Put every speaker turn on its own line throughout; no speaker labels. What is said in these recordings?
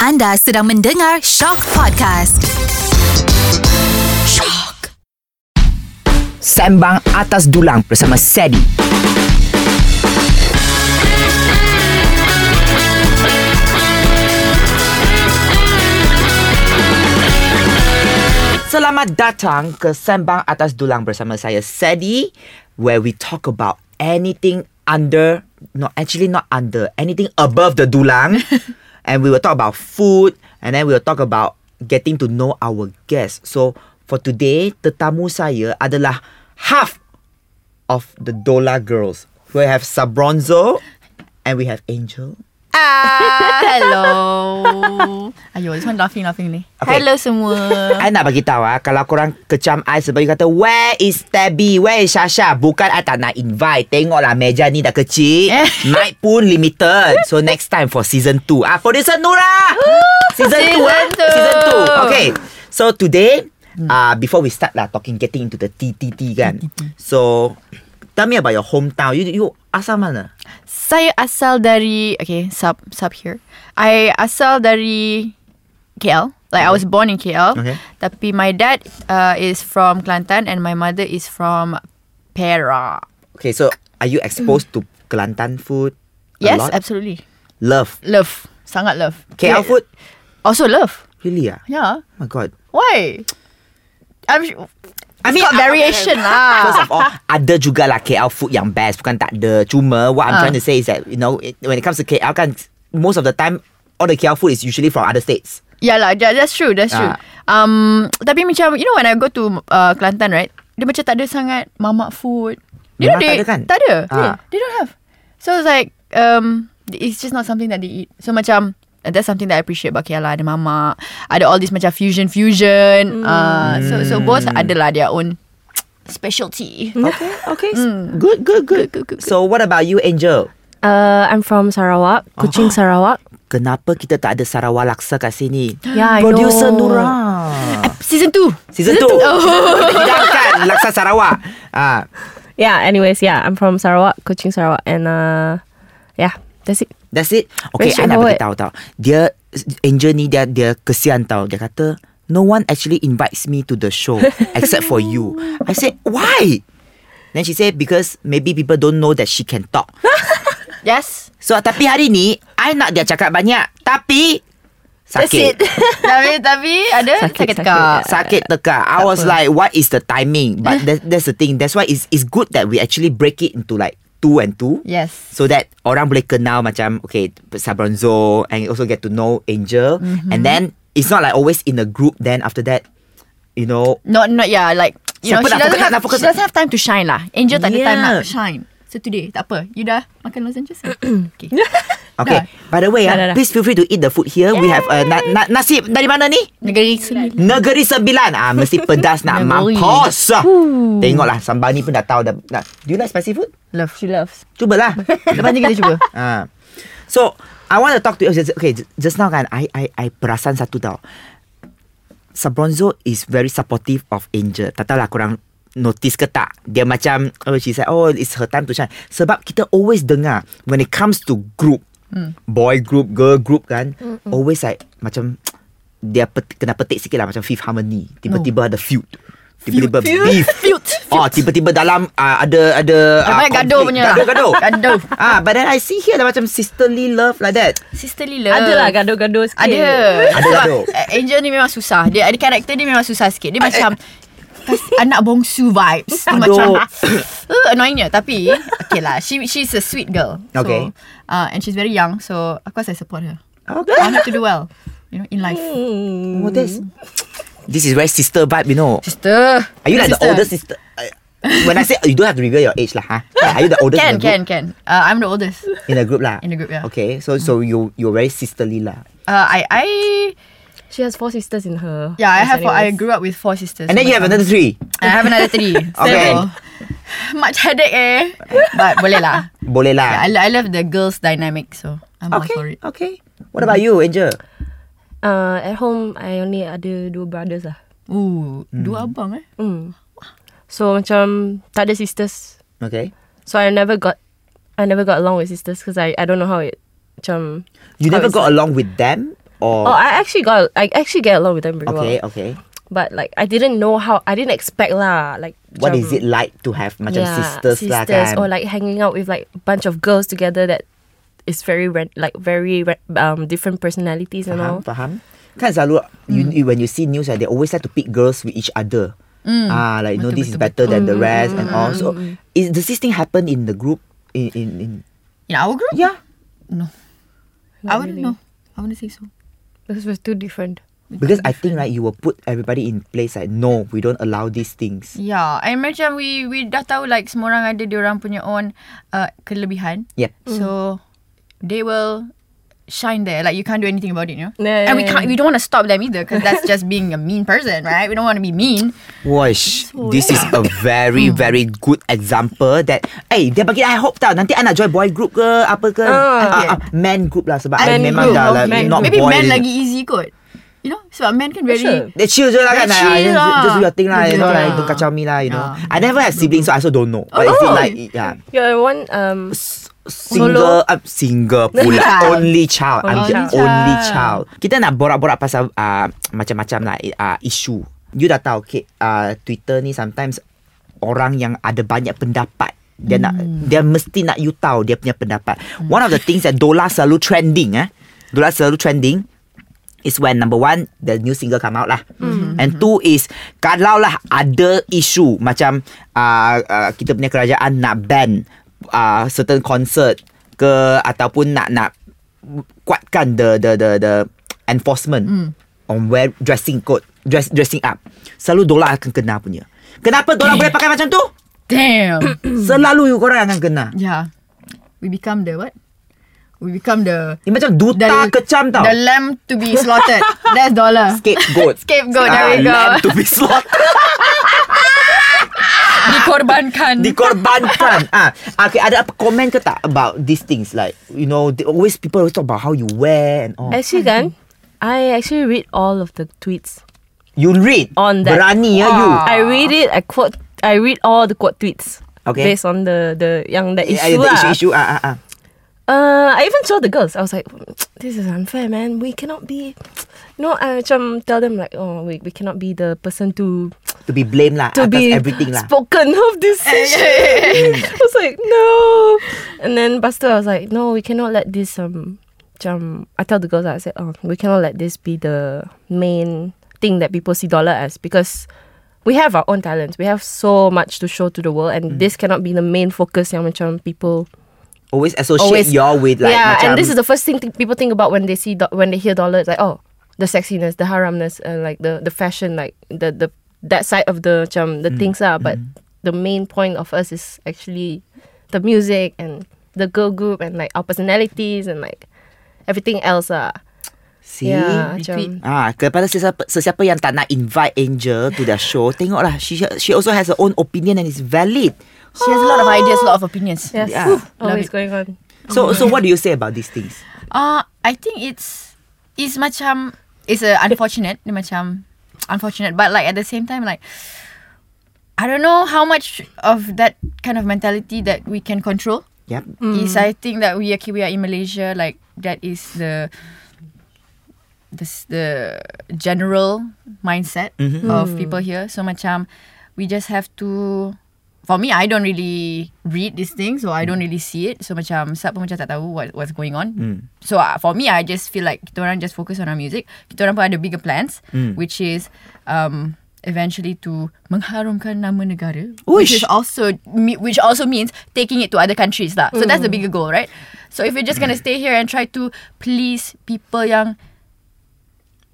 Anda sedang mendengar Shock Podcast. Shock.
Sembang Atas Dulang bersama Sedi. Selamat datang ke Sembang Atas Dulang bersama saya Sedi where we talk about anything under no actually not under anything above the dulang and we will talk about food and then we will talk about getting to know our guests. So for today tetamu saya adalah half of the Dola girls. We have Sabronzo and we have Angel.
Hello. Ayo, this one laughing, laughing ni.
Okay.
Hello semua.
I nak bagi tahu ah kalau korang kecam I sebab you kata where is Tabby, where is Sasha? Bukan I tak nak invite. Tengoklah meja ni dah kecil.
Eh.
Mic pun limited. So next time for season 2. Ah producer Nura. season 2 eh.
Season two.
Season 2. Okay. So today uh, before we start lah talking getting into the TTT kan. So tell me about your hometown. You you asal mana?
Saya asal dari okay sub sub here. I asal dari KL. Like I was born in KL.
Okay.
Tapi my dad uh, is from Kelantan and my mother is from Perak.
Okay, so are you exposed to Kelantan food? a
Yes,
lot?
absolutely.
Love.
Love, sangat love.
KL
Yeah.
food?
Also love.
Really ah?
Yeah.
Oh my god.
Why? I'm. Sure,
I mean,
it's got
I-
variation
First
lah.
of all, ada jugalah KL food yang best. Bukan tak ada. Cuma what I'm
Ah.
trying to say is that, you know, it, when it comes to KL kan, most of the time, all the KL food is usually from other states.
Yeah lah, that, that's true, that's true.
Ah.
Um, tapi macam, you know when I go to uh, Kelantan, right? Dia macam tak ada sangat mamak food. They
Memang tak
don't- they-
ada kan?
Tak ada.
Ah.
Yeah, they don't have. So it's like, um, it's just not something that they eat. So macam, and that's something that I appreciate about KL lah. Ada mamak, ada all this macam
Hmm.
fusion-fusion. Uh, so so both ada lah their own specialty.
Okay, okay.
Mm.
Hmm.
Good, good, good, good, good, So what about you, Angel?
Uh, I'm from Sarawak, Kuching, Sarawak.
Kenapa kita tak ada Sarawak Laksa kat sini?
Yeah, I
Producer
know.
Nura.
Season 2.
Season 2.
Oh.
Hidangkan Laksa Sarawak. Ah,
Yeah. Anyways, yeah, I'm from Sarawak, Kuching, Sarawak, and uh, yeah, that's it.
That's it. Okay, I nak
straightforward.
beritahu tau. Dia, Angel ni dia dia kesian tau. Dia kata, no one actually invites me to the show except for you. I said, why? Then she said, because maybe people don't know that she can talk.
Yes.
So, tapi hari ni, I nak dia cakap banyak. Tapi, sakit. Ah,
tapi, tapi ada
Sakit,
sakit,
sakit.
tekak.
Sakit teka. I was like, what is the timing? But that, that's the thing. That's why it's, it's good that we actually break it into like two and two.
Yes.
So that orang boleh kenal macam Okay Sabronzo And also get to know Angel And then It's not like always in a group Then after that You know
Not not yeah like you
Siapa
know she
nak
doesn't
fokus- nak
have
fokus-
she doesn't have time to shine lah. Angel tak ada time
Yeah.
nak shine. So today tak apa. You dah makan Los Angeles? okay.
Okay By the way
Dah, dah,
ah,
dah.
Please feel free to eat the food here We have uh, na- na- Nasi dari mana ni?
Negeri sendiri.
Negeri Sembilan ah, Mesti pedas nak
Negeri.
mampus Tengoklah Sambal ni pun dah tahu dah, dah. Do you like spicy food?
Love. She loves.
Cubalah
Lepas ni kita cuba.
Ah. So I want to talk to you Okay j- just now kan I, I, I perasan satu tau Sabronzo is very supportive of Angel Tak tahulah korang notice ke tak Dia macam oh, She said oh it's her time to shine Sebab kita always dengar When it comes to group
Hmm.
Boy group, girl group kan Always like Macam Dia pet, kena petik sikit lah Macam Fifth Harmony Tiba-tiba ada feud Tiba-tiba
Feud.
beef
Feud.
Oh tiba-tiba dalam uh, Ada Ada ah,
Banyak gaduh
konflik.
punya.
Gaduh-gaduh
Gaduh.
Ah, but then I see here dah macam sisterly love like that.
Sisterly love.
Ada lah gaduh-gaduh sikit.
Ada.
Ada
Sebab,
gaduh.
uh, Angel ni memang susah. Dia ada karakter dia memang susah sikit. Dia macam kas- anak bongsu vibes. Dia macam uh, annoyingnya tapi okay lah. She she's a sweet girl. So,
Okay.
Uh, and she's very young so of course I support her.
Okay.
I want her to do well. You know in life. Hmm.
Oh, this. This is very sister vibe, you know.
Sister.
Are you like
sister.
the older sister? Uh, When I say you don't have to reveal your age lah, huh? Are you the oldest in
Can
the group?
can can. Uh, I'm the oldest.
In the group lah.
In the group, yeah. Hmm.
Okay, so so you you're very sisterly lah.
Uh, I I
She has four sisters in her.
yeah I
house
have four, I
anyways.
grew up with four sisters.
And then you have another three.
And I have another three.
Okay.
So, much headache eh. But boleh lah.
Boleh
I,
Ah.
lah.
lo- I love the girls dynamic so I'm all for
Okay,
it.
okay. What about you, Angel?
Uh, at home, I only ada dua brothers lah.
Ooh, dua abang eh.
Mm. So macam tak ada sisters.
Okay.
So I never got, I never got along with sisters because I I don't know how it. Macam
You
how
never
it's-
got along with them, or
Oh, I actually got I actually get along with them pretty
okay,
well.
okay.
But like I didn't know how I didn't expect lah. Like
What
macam-
is it like to have macam
yeah,
sisters, lah kan?
or like hanging out with like bunch of girls together that is very ran- like very ran- um different personalities and
Faham,
all.
faham. Kan selalu you, you, when you see news, ah, they always like to pick girls with each other. Ah, like no,
Betul,
this is
betul,
better than the rest and all. So, is does this thing happen in the group? In in, in
In Ya, our group?
Ya.
yeah.
No. I wouldn't know. I wouldn't say so.
Because we're too different.
Because I think like you will put everybody in place like no, we don't allow these things.
Yeah, Ya, and macam we we dah tahu like semua orang ada dia orang punya own uh, kelebihan.
Yeah.
Hmm.
So they will shine there. Like you can't do anything about it, you know.
Yeah, yeah,
and we
yeah,
can't.
yeah.
We don't want to stop them either, because that's just being a mean person, right? We don't want to be mean.
Wash. This is a very very good example that eh dia bagi I hope tau nanti I nak join boy group ke apa ke Ah,
Ah.
ah, men group lah sebab I
Men
memang
group,
dah like,
men
not
Maybe
boy.
men lagi easy kot. You know, sebab men kan very.
Sure.
They chill je lah kan like,
Very chill
I just,
lah.
just do your thing lah You
Just
know
do
like
your
Don't
thing.
kacau me lah You know
Yeah.
I never have siblings So I also don't know But is it like yeah,
You're one um
S- Single I'm Single pula
Yeah.
Only child I'm the
Only
child.
only child Kita nak borak-borak pasal uh, Macam-macam lah uh, Isu You dah tahu okay, uh, Twitter ni sometimes Orang yang ada banyak pendapat dia nak dia mesti nak you tahu dia punya pendapat. One of the things that Dola selalu trending eh. Dola selalu trending is when number one the new single come out lah. Mm-hmm. And two is kalau lah ada isu macam uh, uh, kita punya kerajaan nak ban uh, certain concert ke ataupun nak nak kuatkan the the the the enforcement
Hmm.
mm. on wear dressing code dress dressing up. Selalu Dola akan kena punya. Kenapa Dola boleh pakai macam tu?
Damn.
Selalu you korang akan kena.
yeah. We become the what? We become the
Ini macam duta kecam tau.
The lamb to be slaughtered. That's dollar.
Scapegoat.
Scapegoat, there
Ah,
we go.
Lamb to be slaughtered.
Dikorbankan.
dikorbankan. ah, okay, ada apa komen ke tak about these things like you know they always people always talk about how you wear and all.
actually kan I actually read all of the tweets
You read
on that.
berani ya you.
I read it. I quote. I read all the quote tweets.
Okay.
Based on the the yang the
Yeah,
issue,
the
lah.
issue, issue. Ah, ah, ah.
Uh, I even told the girls. I was like, "Mm, "This is unfair, man. We cannot be." No, I macam tell them like, "Oh, we we cannot be the person to
To be blamed lah
to
atas
be
everything lah.
spoken of this issue." I was like, "No," and then Buster, I was like, "No, we cannot let this um." Macam, I tell the girls, I said, "Oh, we cannot let this be the main thing that people see dollar as because." We have our own talents. We have so much to show to the
Mm.
world, and this cannot be the main focus. Yang macam people
always associate
always
y'all with like
yeah
macam
and this is the first thing th- people think about when they see do- when they hear dollar it's like oh the sexiness the haramness and like the the fashion like the the that side of the
Mm.
macam, the things are but
Mm-hmm.
the main point of us is actually the music and the girl group and like our personalities and like everything else ah
see.
yeah
Retweet.
macam,
Ah, kepada sesiapa, sesiapa yang tak nak invite Angel to their show, tengoklah she she also has her own opinion and it's valid.
She has a lot of ideas, a lot of opinions.
yes
Yeah.
Woo,
Love it.
always going on
So so what do you say about these things?
Uh, I think it's it's macam it's a unfortunate dia macam unfortunate but like at the same time like I don't know how much of that kind of mentality that we can control
Yep.
is I think that we okay, we are in Malaysia like that is the this the general mindset of people here so macam we just have to for me I don't really read these things so I don't really see it so macam sub pun macam tak tahu what what's going on so uh, for me I just feel like kita orang just focus on our music kita orang pun ada bigger plans which is um eventually to mengharumkan nama negara which
Uish.
is also me- which also means taking it to other countries lah. So that's the bigger goal, right? So if you're just gonna stay here and try to please people yang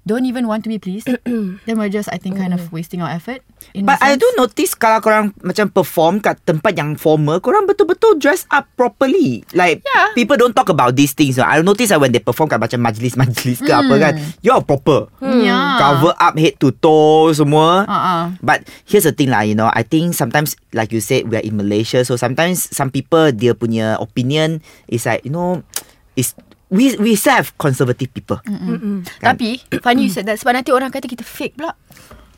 don't even want to be pleased, then we're just I think kind of wasting our effort.
Mm.
in
But I
a
do
sense.
notice kalau korang macam perform kat tempat yang formal, korang betul-betul dress up properly. Like
Yeah.
people don't talk about these things. You know. I notice that when they perform kat macam majlis-majlis ke apa kan, you're proper.
Yeah.
Cover up head to toe semua.
Uh-uh.
But here's the thing lah, you know, I think sometimes like you said we are in Malaysia, so sometimes some people dia punya opinion is like, you know, is we we still have conservative people. Kan?
Tapi funny you said that sebab nanti orang kata kita fake pula.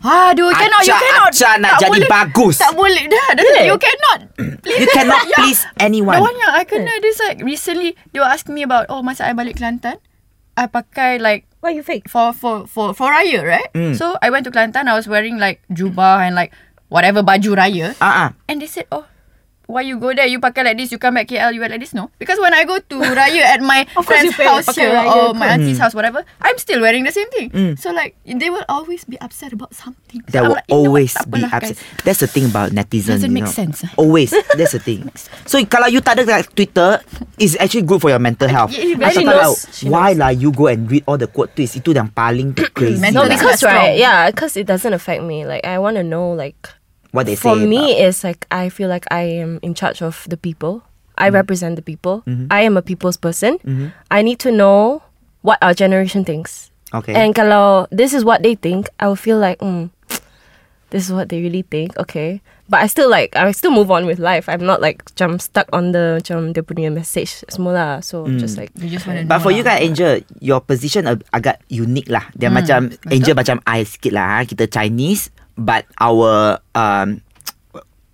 Aduh, cannot, you
Acah-
cannot.
acah nak
Tak
jadi
boleh.
bagus.
Tak boleh dah. dah
Really?
You cannot. Please. Ya.
You cannot please anyone.
The one
Kan?
yang I kena This like recently They were asking me about Oh masa I balik Kelantan I pakai like
Why you fake?
for for for for raya, right?
Hmm.
So I went to Kelantan. I was wearing like jubah and like whatever baju raya.
Ah ah.
And they said, oh, why you go there? You pakai like this. You come back KL, you wear like this. No, because when I go to raya at my
Of course
friend's
you pay-
house here
pakai raya, Mm.
or my auntie's house, whatever, I'm still wearing the same thing. So like they will always be upset about something. So
There
I'm
will
like, you know what?
always
Tak
be
apalah,
upset.
guys.
That's the thing about netizens.
Doesn't
you
make
know.
sense. eh?
Always. That's the thing. so kalau you tak ada kat Twitter, it's actually good for your mental health.
yeah,
Aku
she
tak
knows.
tahu
She
why lah you go and read all the quote tweets itu yang paling crazy.
Mental
No,
lah.
That's
because
not strong.
right, yeah, because it doesn't affect me. Like I want to know, like
what they
for
say.
me, it's like I feel like I am in charge of the people. I
Mm-hmm.
represent the people. I am a people's person. I need to know what our generation thinks.
Okay.
And kalau this is what they think, I will feel like, mm, this is what they really think. Okay. But I still like I still move on with life. I'm not like jump stuck on the jump the punya message semula. So
Mm.
just like
You just wanna
But
know
for you
lah.
kan Angel Your position ag- agak unique lah Dia hmm, macam betul. Angel macam I sikit lah ha. Kita Chinese But our um,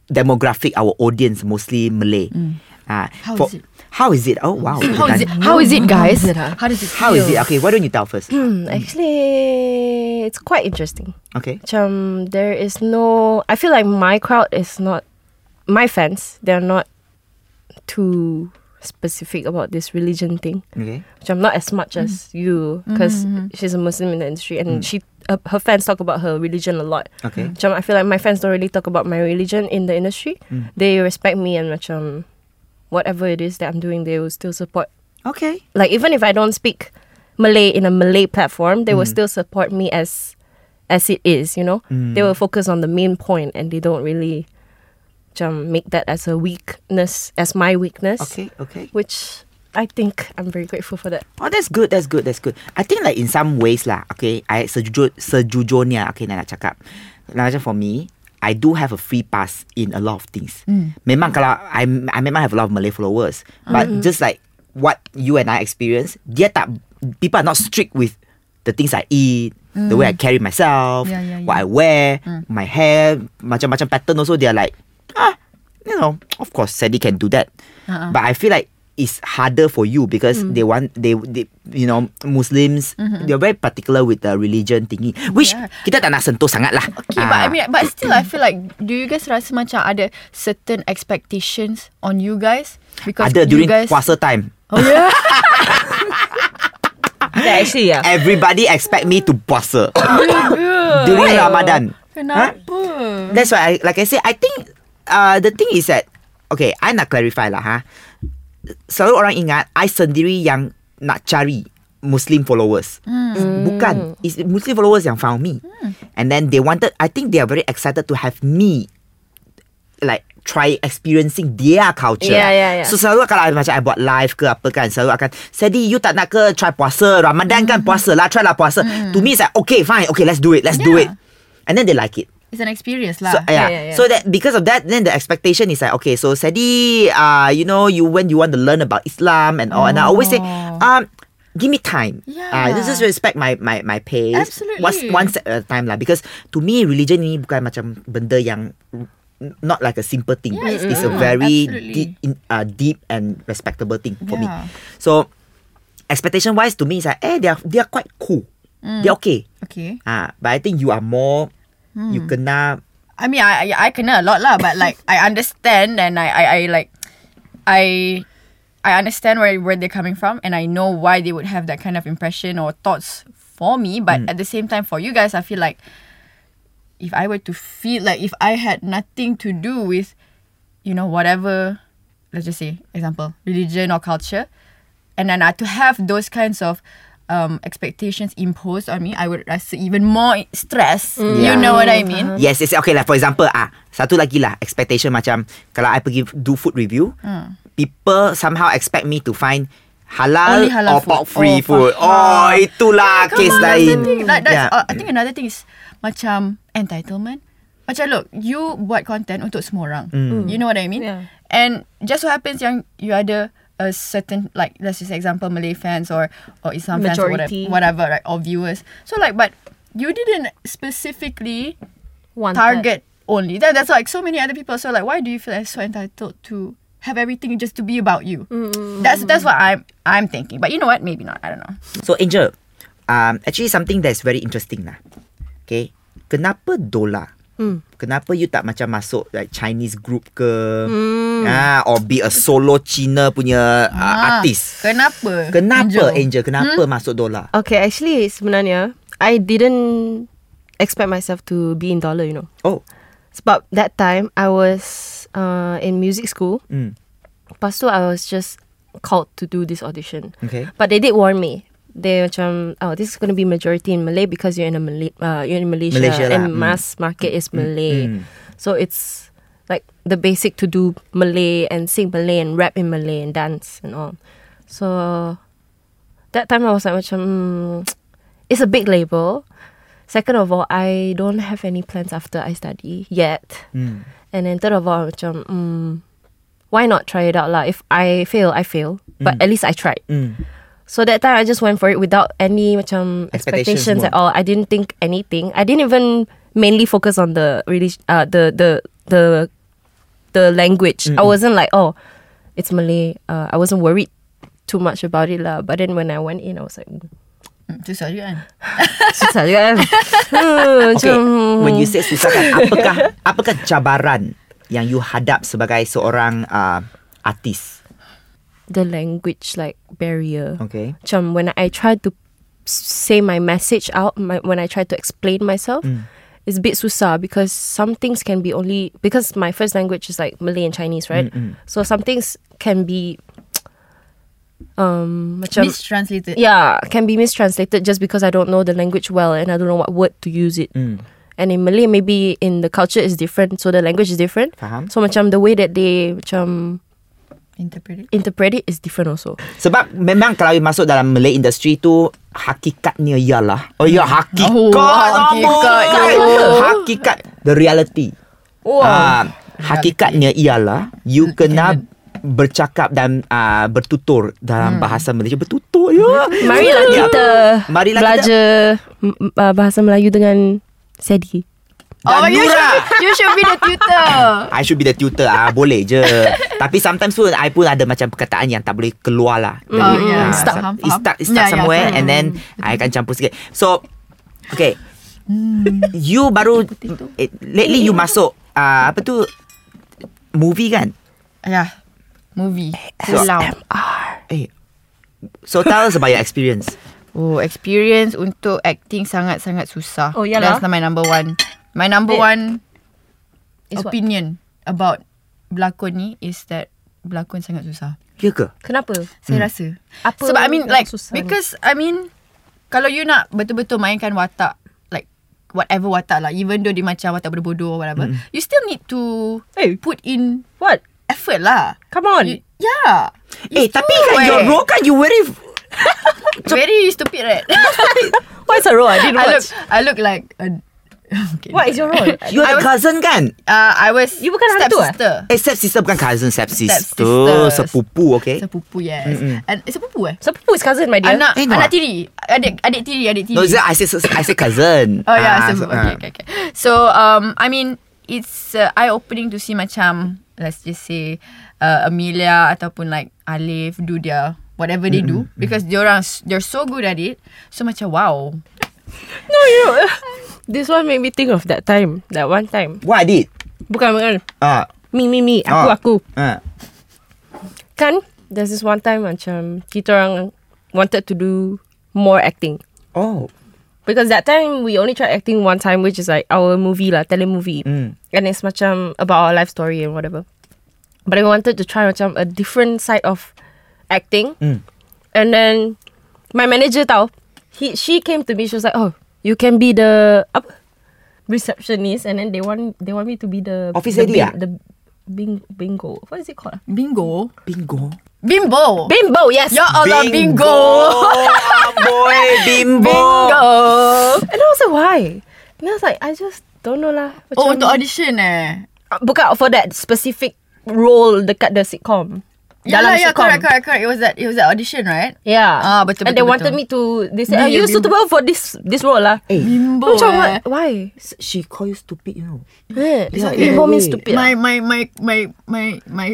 Demographic Our audience Mostly Malay hmm. ha.
How is it?
How is it? Oh wow
How is it?
Bukan-
How is it, guys?
How is it, ah?
How does it?
How is it?
feel?
Okay why don't you tell first
Hmm, actually it's quite interesting.
Okay
Macam there is no I feel like my crowd is not my fans, they're not too specific about this religion thing.
Okay
Which I'm not as much as you because she's a Muslim in the industry and she uh, her fans talk about her religion a lot.
Okay.
Which I feel like my fans don't really talk about my religion in the industry. They respect me and which um, whatever it is that I'm doing, they will still support
Okay
like even if I don't speak Malay in a Malay platform, they will
Mm.
still support me as as it is, you know? They will focus on the main point and they don't really um, make that as a weakness as my weakness.
Okay Okay
Which I think I'm very grateful for that.
Oh that's good That's good That's good I think like in some ways lah Okay I sejujur, Sejujurnya Okay nak, nak cakap like, Macam for me I do have a free pass In a lot of things
Hmm.
mm. Memang kalau I, I memang have a lot of Malay followers But
Mm-hmm.
just like What you and I experience Dia tak People are not strict with The things I eat The way I carry myself
Mm. Yeah, yeah,
What I wear
Hmm.
My hair Macam-macam pattern also They are like Ah You know Of course Sandy can do that
Uh-uh. Hmm.
But I feel like it's harder for you because they want they, they you know Muslims they're very particular with the religion thingy which
Mm-hmm. Yeah.
kita tak nak sentuh sangat lah.
Okay, but I mean, but still, I feel like, do you guys rasa macam ada certain expectations on you guys? Because
ada
you
during
guys,
puasa time
yeah, actually, yeah.
everybody expect me to puasa during Ramadan. Huh?
Oh Kenapa?
That's why, I, like I say, I think uh, the thing is that okay, I nak clarify lah ha. Selalu orang ingat I sendiri yang nak cari Muslim followers.
Hmm.
Bukan, it's Muslim followers yang found me. And then they wanted. I think they are very excited to have me like try experiencing their culture.
Yeah, yeah, yeah.
So selalu kalau I- macam I buat live ke apa kan, selalu akan, Sadie, you tak nak ke try puasa? Ramadan kan
Hmm.
puasa lah, try lah puasa. To me, it's like, okay, fine, okay, let's do it, let's do it.
Yeah.
And then they like it.
It's an experience lah.
So yeah.
yeah, yeah.
so that because of that, then the expectation is like, okay, so Sadi, uh, you know, you when you want to learn about Islam and all, and I always say,
Oh.
um, give me time. Uh,
Yeah.
this is respect my my my pace.
Absolutely.
Once once at a time lah. Because to me, religion ni bukan macam benda yang not like a simple thing.
Yeah, it's
it's a
not.
very
Absolutely.
deep, in, uh, deep and respectable thing for
Yeah.
me. So expectation wise, to me, it's like, eh, they are they are quite cool. They're
Mm.
okay.
okay.
Ah, but I think you are more you
Mm.
kena
I mean, I, I I kena a lot lah, but like I understand and I I, I like I I understand where where they're coming from and I know why they would have that kind of impression or thoughts for me. But at the same time, for you guys, I feel like if I were to feel like if I had nothing to do with you know whatever, let's just say example religion or culture, and then I, to have those kinds of um, expectations imposed on me, I would rasa even more stress. You know what I mean?
Yes, yes. Okay lah. For example, ah, satu lagi lah expectation macam kalau I pergi do food review,
Hmm.
people somehow expect me to find halal,
Only halal
or pork
food.
free
Oh,
food. Oh,
faham.
itulah
Come
case
on, that's
lain.
the thing. That, that's,
Yeah.
uh, I think another thing is macam entitlement. Macam look, you buat content untuk semua orang.
Mm.
You know what I mean?
Yeah.
And just so happens yang you ada a certain like let's just say example Malay fans or or Islam fans or whatever,
Majority.
whatever right or viewers. So like but you didn't specifically
One
target only. That, that's like so many other people. So like, why do you feel like so entitled to have everything just to be
Mm-hmm.
about you? That's that's what I'm I'm thinking. But you know what? Maybe not. I don't know.
So Angel, um, actually something that's very interesting lah. Okay. Kenapa dollar? Hmm. Kenapa you tak macam masuk like Chinese group ke? Hmm. Ah, or be a solo Cina punya uh,
Ah.
artist.
Kenapa?
Kenapa Angel? Kenapa
Hmm?
masuk dollar?
Okay, actually sebenarnya I didn't expect myself to be in dollar, you know.
Oh.
Sebab that time I was uh, in music school.
Mm.
Lepas tu I was just called to do this audition.
Okay.
But they did warn me. They macam oh this is going to be majority in Malay because you're in a Malay uh, you're in Malaysia,
Malaysia lah, mm.
and mass market is Malay.
mm.
So it's like the basic to do Malay and sing Malay and rap in Malay and dance and all. So that time I was like macam mm, it's a big label. Second of all, I don't have any plans after I study yet.
Mm.
And then third of all, macam, mm, why not try it out lah? If I fail, I fail. But at least I tried.
Mm.
So that time I just went for it without any macam
Expectations
expectations at all. I didn't think anything. I didn't even mainly focus on the relig- uh, the the the the language. I wasn't like oh, it's Malay. Uh, I wasn't worried too much about it lah. But then when I went in, I was like, "Mm,
Hmm, Tu sorry kan.
susah juga kan.
Okay. When you say susah kan, apakah apakah cabaran yang you hadap sebagai seorang uh, artis?
the language like barrier.
Okay.
Macam when I try to s- say my message out, my, when I try to explain myself, it's a bit susah because some things can be only because my first language is like Malay and Chinese, right? So some things can be um macam
Mistranslated.
yeah, can be mistranslated just because I don't know the language well and I don't know what word to use it. And in Malay, maybe in the culture is different, so the language is different.
Faham.
So macam the way that they macam
Interpreted.
interpret it is different also.
Sebab memang kalau you masuk dalam Malay industry tu hakikatnya ialah oh ya hakikat
Oh, hakikat.
hakikat, hakikat the reality. Wow. Uh, hakikatnya ialah you kena bercakap dan uh, bertutur dalam hmm. bahasa Malaysia bertutur ya.
Marilah
Ya.
kita
Marilah kita
belajar m- m- uh, bahasa Melayu dengan Sedi.
dan
Oh, you
Nura.
should, you should be the tutor.
I should be the tutor ah Boleh je Tapi sometimes pun I pun ada macam perkataan Yang tak boleh keluar lah Dari,
Oh,
ah,
yeah. Stuck,
some-
faham,
It's
faham.
stuck, it's stuck
Yeah, yeah,
somewhere
faham.
And then I akan campur sikit So Okay
Hmm.
You baru eh, Lately you masuk ah, Apa tu Movie kan
yeah. Movie.
So-
Pulau.
Eh So tell us about your experience
Oh, experience untuk acting sangat-sangat susah.
Oh, yalah.
That's my number one. My number
Wait.
one
Is what?
opinion about berlakon ni is that berlakon sangat susah.
Ya ke?
Kenapa?
Saya rasa.
Hmm. Apa
Sebab I mean
yang
like
susah ni?
because I mean kalau you nak betul-betul mainkan watak like whatever watak lah even though dia macam watak bodoh-bodoh or whatever, mm. you still need to
Hmm. Hey.
put in
What?
effort lah.
Come on.
You, yeah.
Eh
It's
tapi
true
kan
eh.
your role kan you wearing
Very stupid right?
What's a role? I didn't
I look
watch.
I look like a okay.
What is your role?
You are the
I was-
cousin kan?
Uh, I was
You bukan
step
hantu eh?
sister.
Eh step sister bukan cousin Step sister
Stepsister.
Sepupu okay
Sepupu
Eh?
yes.
Mm-mm.
And eh, sepupu eh?
So Pupu is cousin, my dear.
Anak
Eh, no ah.
anak tiri. Adik adik tiri, adik tiri.
No, it's- I say I say cousin.
Oh
Ah,
yeah, so,
so-
okay,
ah.
okay, okay. So um, I mean, it's uh, eye opening to see macam let's just say uh, Amelia ataupun like Alif do their whatever they do because they orang they're so good at it. So macam wow.
This one made me think of that time. That one time.
What I did?
Bukan, bukan.
Ah,
Me, me, me. Aku,
Ah.
aku.
ah,
Kan, there's this one time macam kita orang wanted to do more acting.
oh,
Because that time we only tried acting one time, which is like our movie lah, telemovie,
Mm.
and it's macam about our life story and whatever. But I wanted to try macam a different side of acting,
Mm.
and then my manager tau, he she came to me. She was like, "Oh, you can be the apa? receptionist," and then they want they want me to be the
Office
the,
lady
bing-
ah?
the bing, bingo. What is it called? ah?
Bingo.
bingo.
Bimbo.
Bimbo. Yes.
Ya Allah bingo.
Ah, boy, bimbo.
Bingo.
And I was like, why? And I was like, I just don't know lah.
Oh
Macam-
untuk audition eh.
bukan for that specific role dekat the sitcom.
Ya lah, ya, correct, correct, correct. It was that, it was that audition, right?
Yeah.
Ah, betul,
And they
betul,
wanted
betul.
me to they said,
Be
"Are you
a bimbo."
suitable for this this role lah?"
Eh,
Bimbo.
Macam what?
eh.
Why?
s- she call you stupid, you know.
Eh,
Yeah,
okay. Bimbo
yeah,
means
yeah.
stupid.
My
My,
my my my my my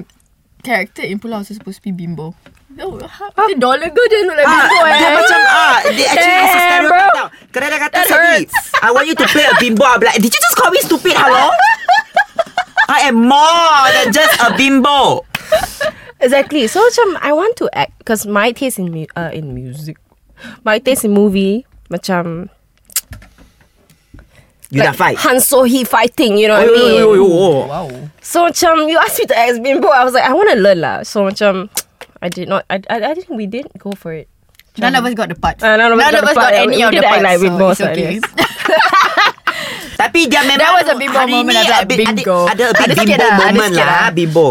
character in Pulau is supposed to be bimbo. Oh, the dollar girl dia look like
Ah,
bimbo eh.
dia macam ah, they actually is a
Damn,
stereotype
bro.
tau. Kadang dia kata
That
sedih. I want you to play a bimbo. I'm like, did you just call me stupid? Hello? I am more than just a bimbo.
Exactly. So macam I want to act because my taste in mu- uh, in music, my taste in movie macam
You dah fight.
Han So Hee fighting. You know what I mean?
Oh, oh, oh, oh.
Wow.
So macam you asked me to act bimbo, I was like I want to learn lah. So macam I did not. I I, I didn't. We didn't go for it.
None of us got the part.
Uh, none of us got the part.
any
We
of the
did act
parts.
like
so
bimbo,
it's
so
okay.
it is.
Tapi dia memang
That was a bimbo
hari
moment,
ni
I was like,
a bit-
bingo.
Ada, ada a
Ada
bit
sikit
bimbo
lah, ada
moment
sikit
lah,
lah.
bimbo.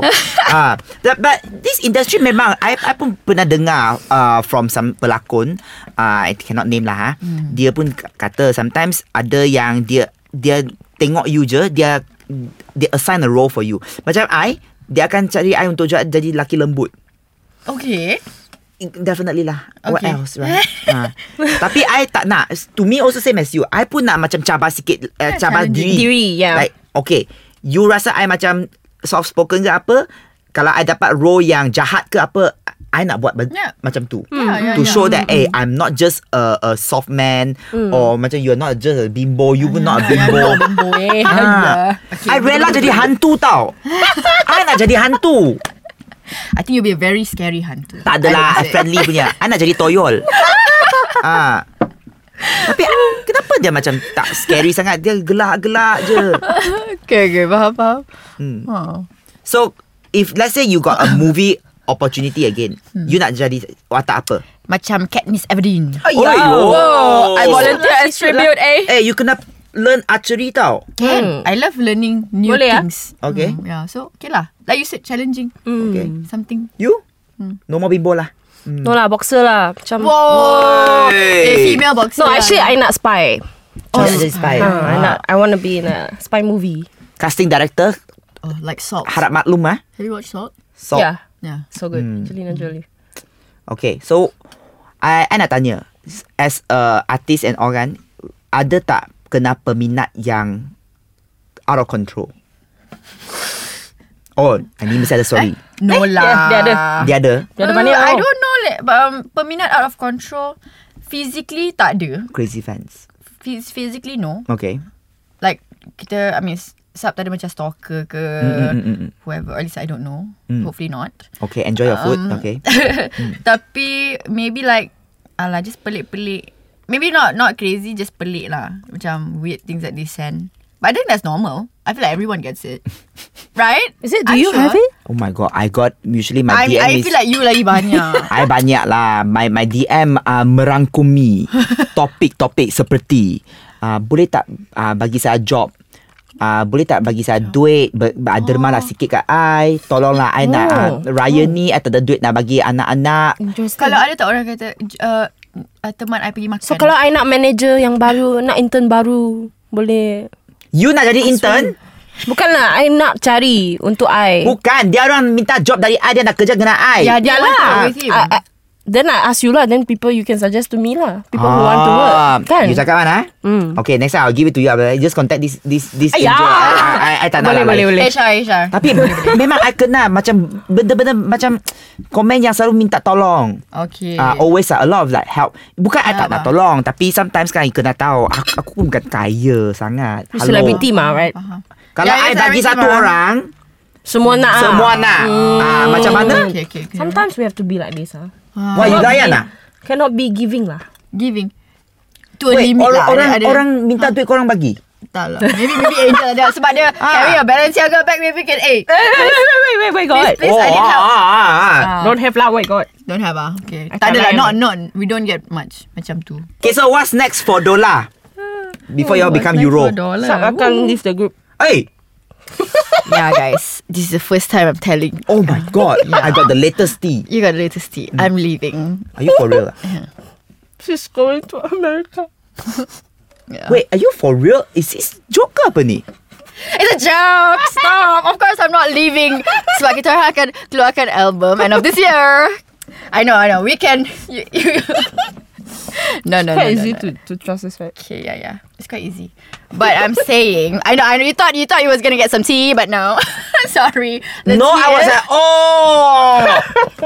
ah, but, but this industry memang I, I pun pernah dengar uh, from some pelakon, uh, I cannot name lah. Ha.
Hmm.
Dia pun k- kata sometimes ada yang dia dia tengok you je, dia dia assign a role for you. Macam I, dia akan cari I untuk jadi jadi laki lembut.
Okay.
Definitely lah What
Okay.
else right ha. Tapi I tak nak To me also same as you I pun nak macam cabar sikit uh, Cabar
challenging.
diri
Diri, yeah.
Like okay You rasa I macam Soft spoken ke apa Kalau I dapat role yang jahat ke apa I nak buat ba-
Yeah.
macam tu To
Yeah, yeah, yeah. Mm-hmm. Mm.
show that Eh hey, I'm not just a, a soft man Or macam you're not just a bimbo You pun not a bimbo
Bimbo eh.
ha. I rela jadi hantu tau I nak jadi hantu
I think you'll be a very scary hunter.
Tak adalah
I would say.
Friendly punya I nak jadi toyol ah. Tapi ah, Kenapa dia macam Tak scary sangat Dia gelak-gelak je
Okay, okay. Faham, faham.
Hmm.
Oh.
So If let's say you got a movie Opportunity again You nak jadi Watak apa
Macam Katniss Everdeen.
Oh,
ya
yeah.
Whoa, I volunteer
Solat
as
situ lah.
tribute, eh.
Eh you kena Learn archery tau
Can. Kan? I love learning new
Hmm. Boleh, ah?
things.
Okay.
Hmm, yeah. So, okay lah. Like you said, challenging.
Hmm.
Okay
Something.
You No more bimbo lah
No lah, boxer lah. Macam
Whoa.
Hey.
Eh, female boxer.
No,
lah.
actually I nak spy.
Oh, jadi spy
Ah.
Ah.
Uh, I nak. I want to be in a spy movie.
Casting director
Oh, like Salt.
Harap maklum ah.
Have you watched Salt?
So
Yeah,
Yeah.
so good.
Hmm.
Angelina Jolie.
Okay, so I, I nak tanya as a artist and all kan, ada tak kena peminat yang out of control? Oh, ini mesti ada story.
No
Eh,
lah.
dia- dia ada.
Dia ada
Dia ada
Uh,
banyak oh.
I
tau.
don't know like, but, um, Peminat out of control Physically tak ada
crazy fans.
Phys- Physically no
Okay.
Like kita I mean Sub tak ada macam stalker ke
mm, mm, mm.
Whoever At least I don't know Hopefully not
Okay, enjoy your food.
Um.
Okay.
Hmm.
Tapi Maybe like Alah just pelik-pelik Maybe not not crazy Just pelik lah Macam weird things that they send But I think that's normal I feel like everyone gets it Right?
Is it? Do
I'm
you
sure.
have it?
Oh my god, I got usually my
I,
DM
I
is
feel like you lagi banyak
I banyak lah My my DM uh, Merangkumi Topik-topik seperti uh, Boleh tak uh, Bagi saya job Uh, boleh tak bagi saya duit ber, ber, Derma lah
Oh.
sikit kat I Tolonglah I nak uh, Raya ni I tak ada duit nak bagi anak-anak
Interesting.
Kalau ada tak orang kata "J- uh, uh, Teman I pergi makan
so kalau I nak manager yang baru, nak intern baru, boleh.
You nak jadi
eh.
intern?
Bukanlah, I nak cari untuk I.
Bukan Dia orang minta job dari I Dia nak kerja dengan I
Ya
Yeah
dia
lah.
lah
I- I- Then I ask you lah Then people you can suggest to me lah People who want to work
Ah,
Kan
You cakap mana?
Hmm.
Okay next time I'll give it to you I just contact this this this
Ayah.
angel. I, I, I, I tak nak
Boleh
lah,
boleh
like,
boleh
HR HR
Tapi memang I kenal Macam benda-benda Macam Komen yang selalu minta tolong
Okay
uh, Always uh, a lot of like help Bukan I tak
Ah.
nak tolong Tapi sometimes kan You kena tahu Aku, aku pun bukan kaya sangat
You Celebrity mah right
Faham
Kalau I
Yeah, yes,
bagi
everything
satu
Ya, mah.
orang
Semua nak ah.
Semua nak Ah, Macam mana
Oh, Okay okay, okay.
Sometimes we have to be like this ah.
Wah you layan lah
Cannot be giving lah
Giving To a
Wait,
limit
orang,
lah
orang,
ada, ada.
orang minta duit korang bagi
Tak lah Maybe maybe angel ada Sebab dia
Ah.
Carry a Balenciaga bag Maybe can Eh
Wait wait wait wait wait God
Please, I
ah,
need help.
ah, ah, ah.
Don't have lah wait God
Don't have ah Okay
I
Tak ada lah
tak
Not
layan.
not We don't get much Macam tu
Okay so what's next for Dola Before
Oh,
you all become Euro
Sat akan leave the group
Hey
Yeah guys This is the first time I'm telling
Oh my god I got the latest tea
You got the latest tea I'm leaving
Are you for real ah?
She's going to America
Yeah.
Wait are you for real Is this joke ke apa ni
It's a joke. Stop. Of course, I'm not leaving. Sebab kita orang akan keluarkan album end of this year. I know, I know. We can. You, you, No, no, no, no,
Quite easy
no.
to, to trust this, right?
Okay, yeah, yeah. It's quite easy. But I'm saying, I know, I know you thought you thought you was gonna get some tea, but no. Sorry. The
no,
tea
I was
is-
like, oh,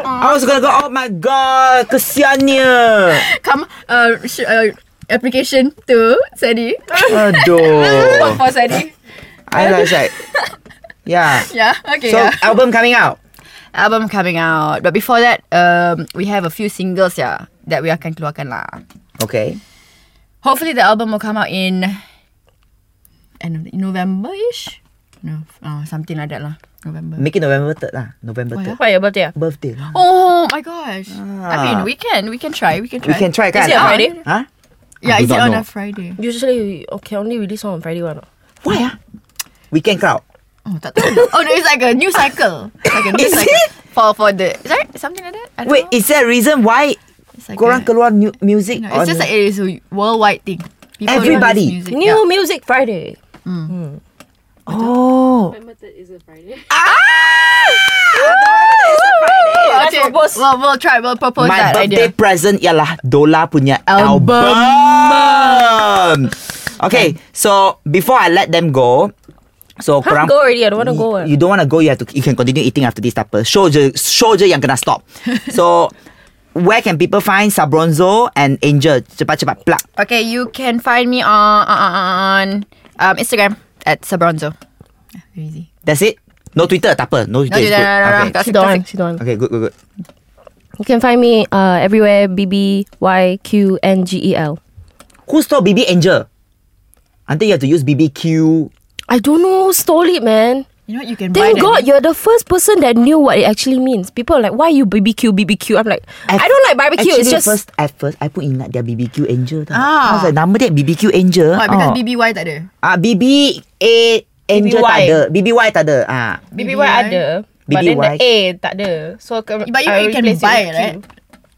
I was gonna go. Oh my god, kesiannya.
come uh, sh- uh application to Sadi
Aduh,
for Sadi.
I was like, yeah.
Yeah. Okay.
So
yeah.
album coming out.
Album coming out, but before that, um, we have a few singles yeah that we akan keluarkan lah.
Okay.
Hopefully the album will come out in end of November ish. No, oh, something like that lah. November.
Make it November third lah. November
Why,
third.
What your birthday? ah?
Birthday. lah.
Oh my gosh! I
Ah.
mean, we can, we can try, we can
We
try.
can try kan? Ah.
it on Friday?
Huh?
Yeah,
I do
is it
not
on
know.
a Friday?
Usually we okay only release one on Friday one. ah.
Why ah? Weekend crowd.
Oh, tak tahu. oh, no, it's like a new cycle. It's like a new
Is
cycle
it?
for for the is that something like that? I don't
Wait,
know.
is there a reason why
It's like
korang
a-
keluar new music?
No, it's just like it is a worldwide thing. People love
Everybody.
this music.
New music Friday.
oh. Ah!
Ah! Yeah. Oh, Okay.
propose.
Well, we'll try. We'll propose
My
that
birthday
idea.
present ialah Dola punya album.
Album.
Okay, so before I let them go, so
Huh?
korang
Go already. I don't want to
you-
go. ah.
You don't want to go. You have to. You can continue eating after this supper. Show je, show je yang kena stop. so, where can people find Sabronzo and Angel? Cepat cepat plug.
Okay, you can find me on on um, Instagram at Sabronzo. Yeah, very easy.
That's it. No Twitter, tak apa. No
No,
Twitter. is
no, no,
good.
no, no.
okay.
Gossip,
She don't
gossip.
want. She don't want.
okay, good, good, good.
You can find me uh, everywhere. B B Y Q N G E L.
Who stole BB Angel? Until you have to use BBQ.
I don't know who stole it, man.
You know what you can buy that
Thank God you're the first person that knew what it actually means. People are like, why you BBQ, BBQ? I'm like, I, don't like barbecue.
Actually,
It's just.
first at first I put in like their BBQ Angel. tau.
Ah.
I was like, nama dia BBQ Angel.
Why? Because
Oh.
BBY tak ada.
Ah, BBA Angel tak
BBY.
ada. BBY tak ada. Ah.
BBY ada. But then the A tak ada. So
But you, you can buy it, right?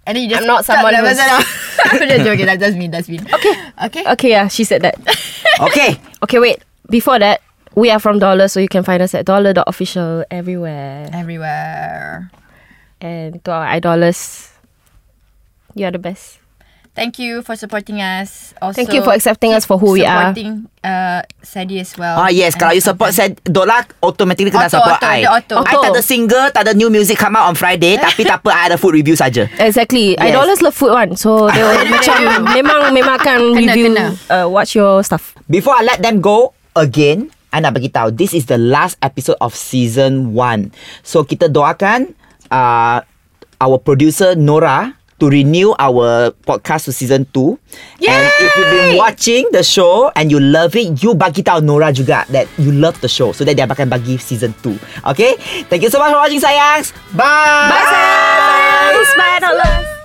And then you just
I'm not someone
No, no,
who's-
no, no. I'm just joking. That, that's me. That's me. Okay. Okay.
Okay, yeah, she said that.
Okay.
okay, wait. Before that, we are from Dollar, so you can find us at dollar.official everywhere.
Everywhere.
And to our idollers, you are the best.
Thank you for supporting us. Also,
Thank you for accepting us for who we are.
Supporting uh, Sadi as well.
Ah yes, kalau you support said Dollar automatically kena
Auto,
support
auto,
I.
dia auto.
I tak ada single, tak ada new music come out on Friday, tapi tak apa, I ada food review saja.
Exactly.
Yes.
Idollers love food one. So they will macam memang memang akan
Kena,
review
kena.
Uh, watch your stuff.
Before I let them go again, I nak bagi tahu this is the last episode of season 1. So kita doakan uh, our producer Nora to renew our podcast to season 2. And if you've been watching the show and you love it, you bagi tahu Nora juga that you love the show so that dia akan bagi season 2. Okay? Thank you so much for watching sayangs. Bye. Bye sayangs.
Bye, Idollers.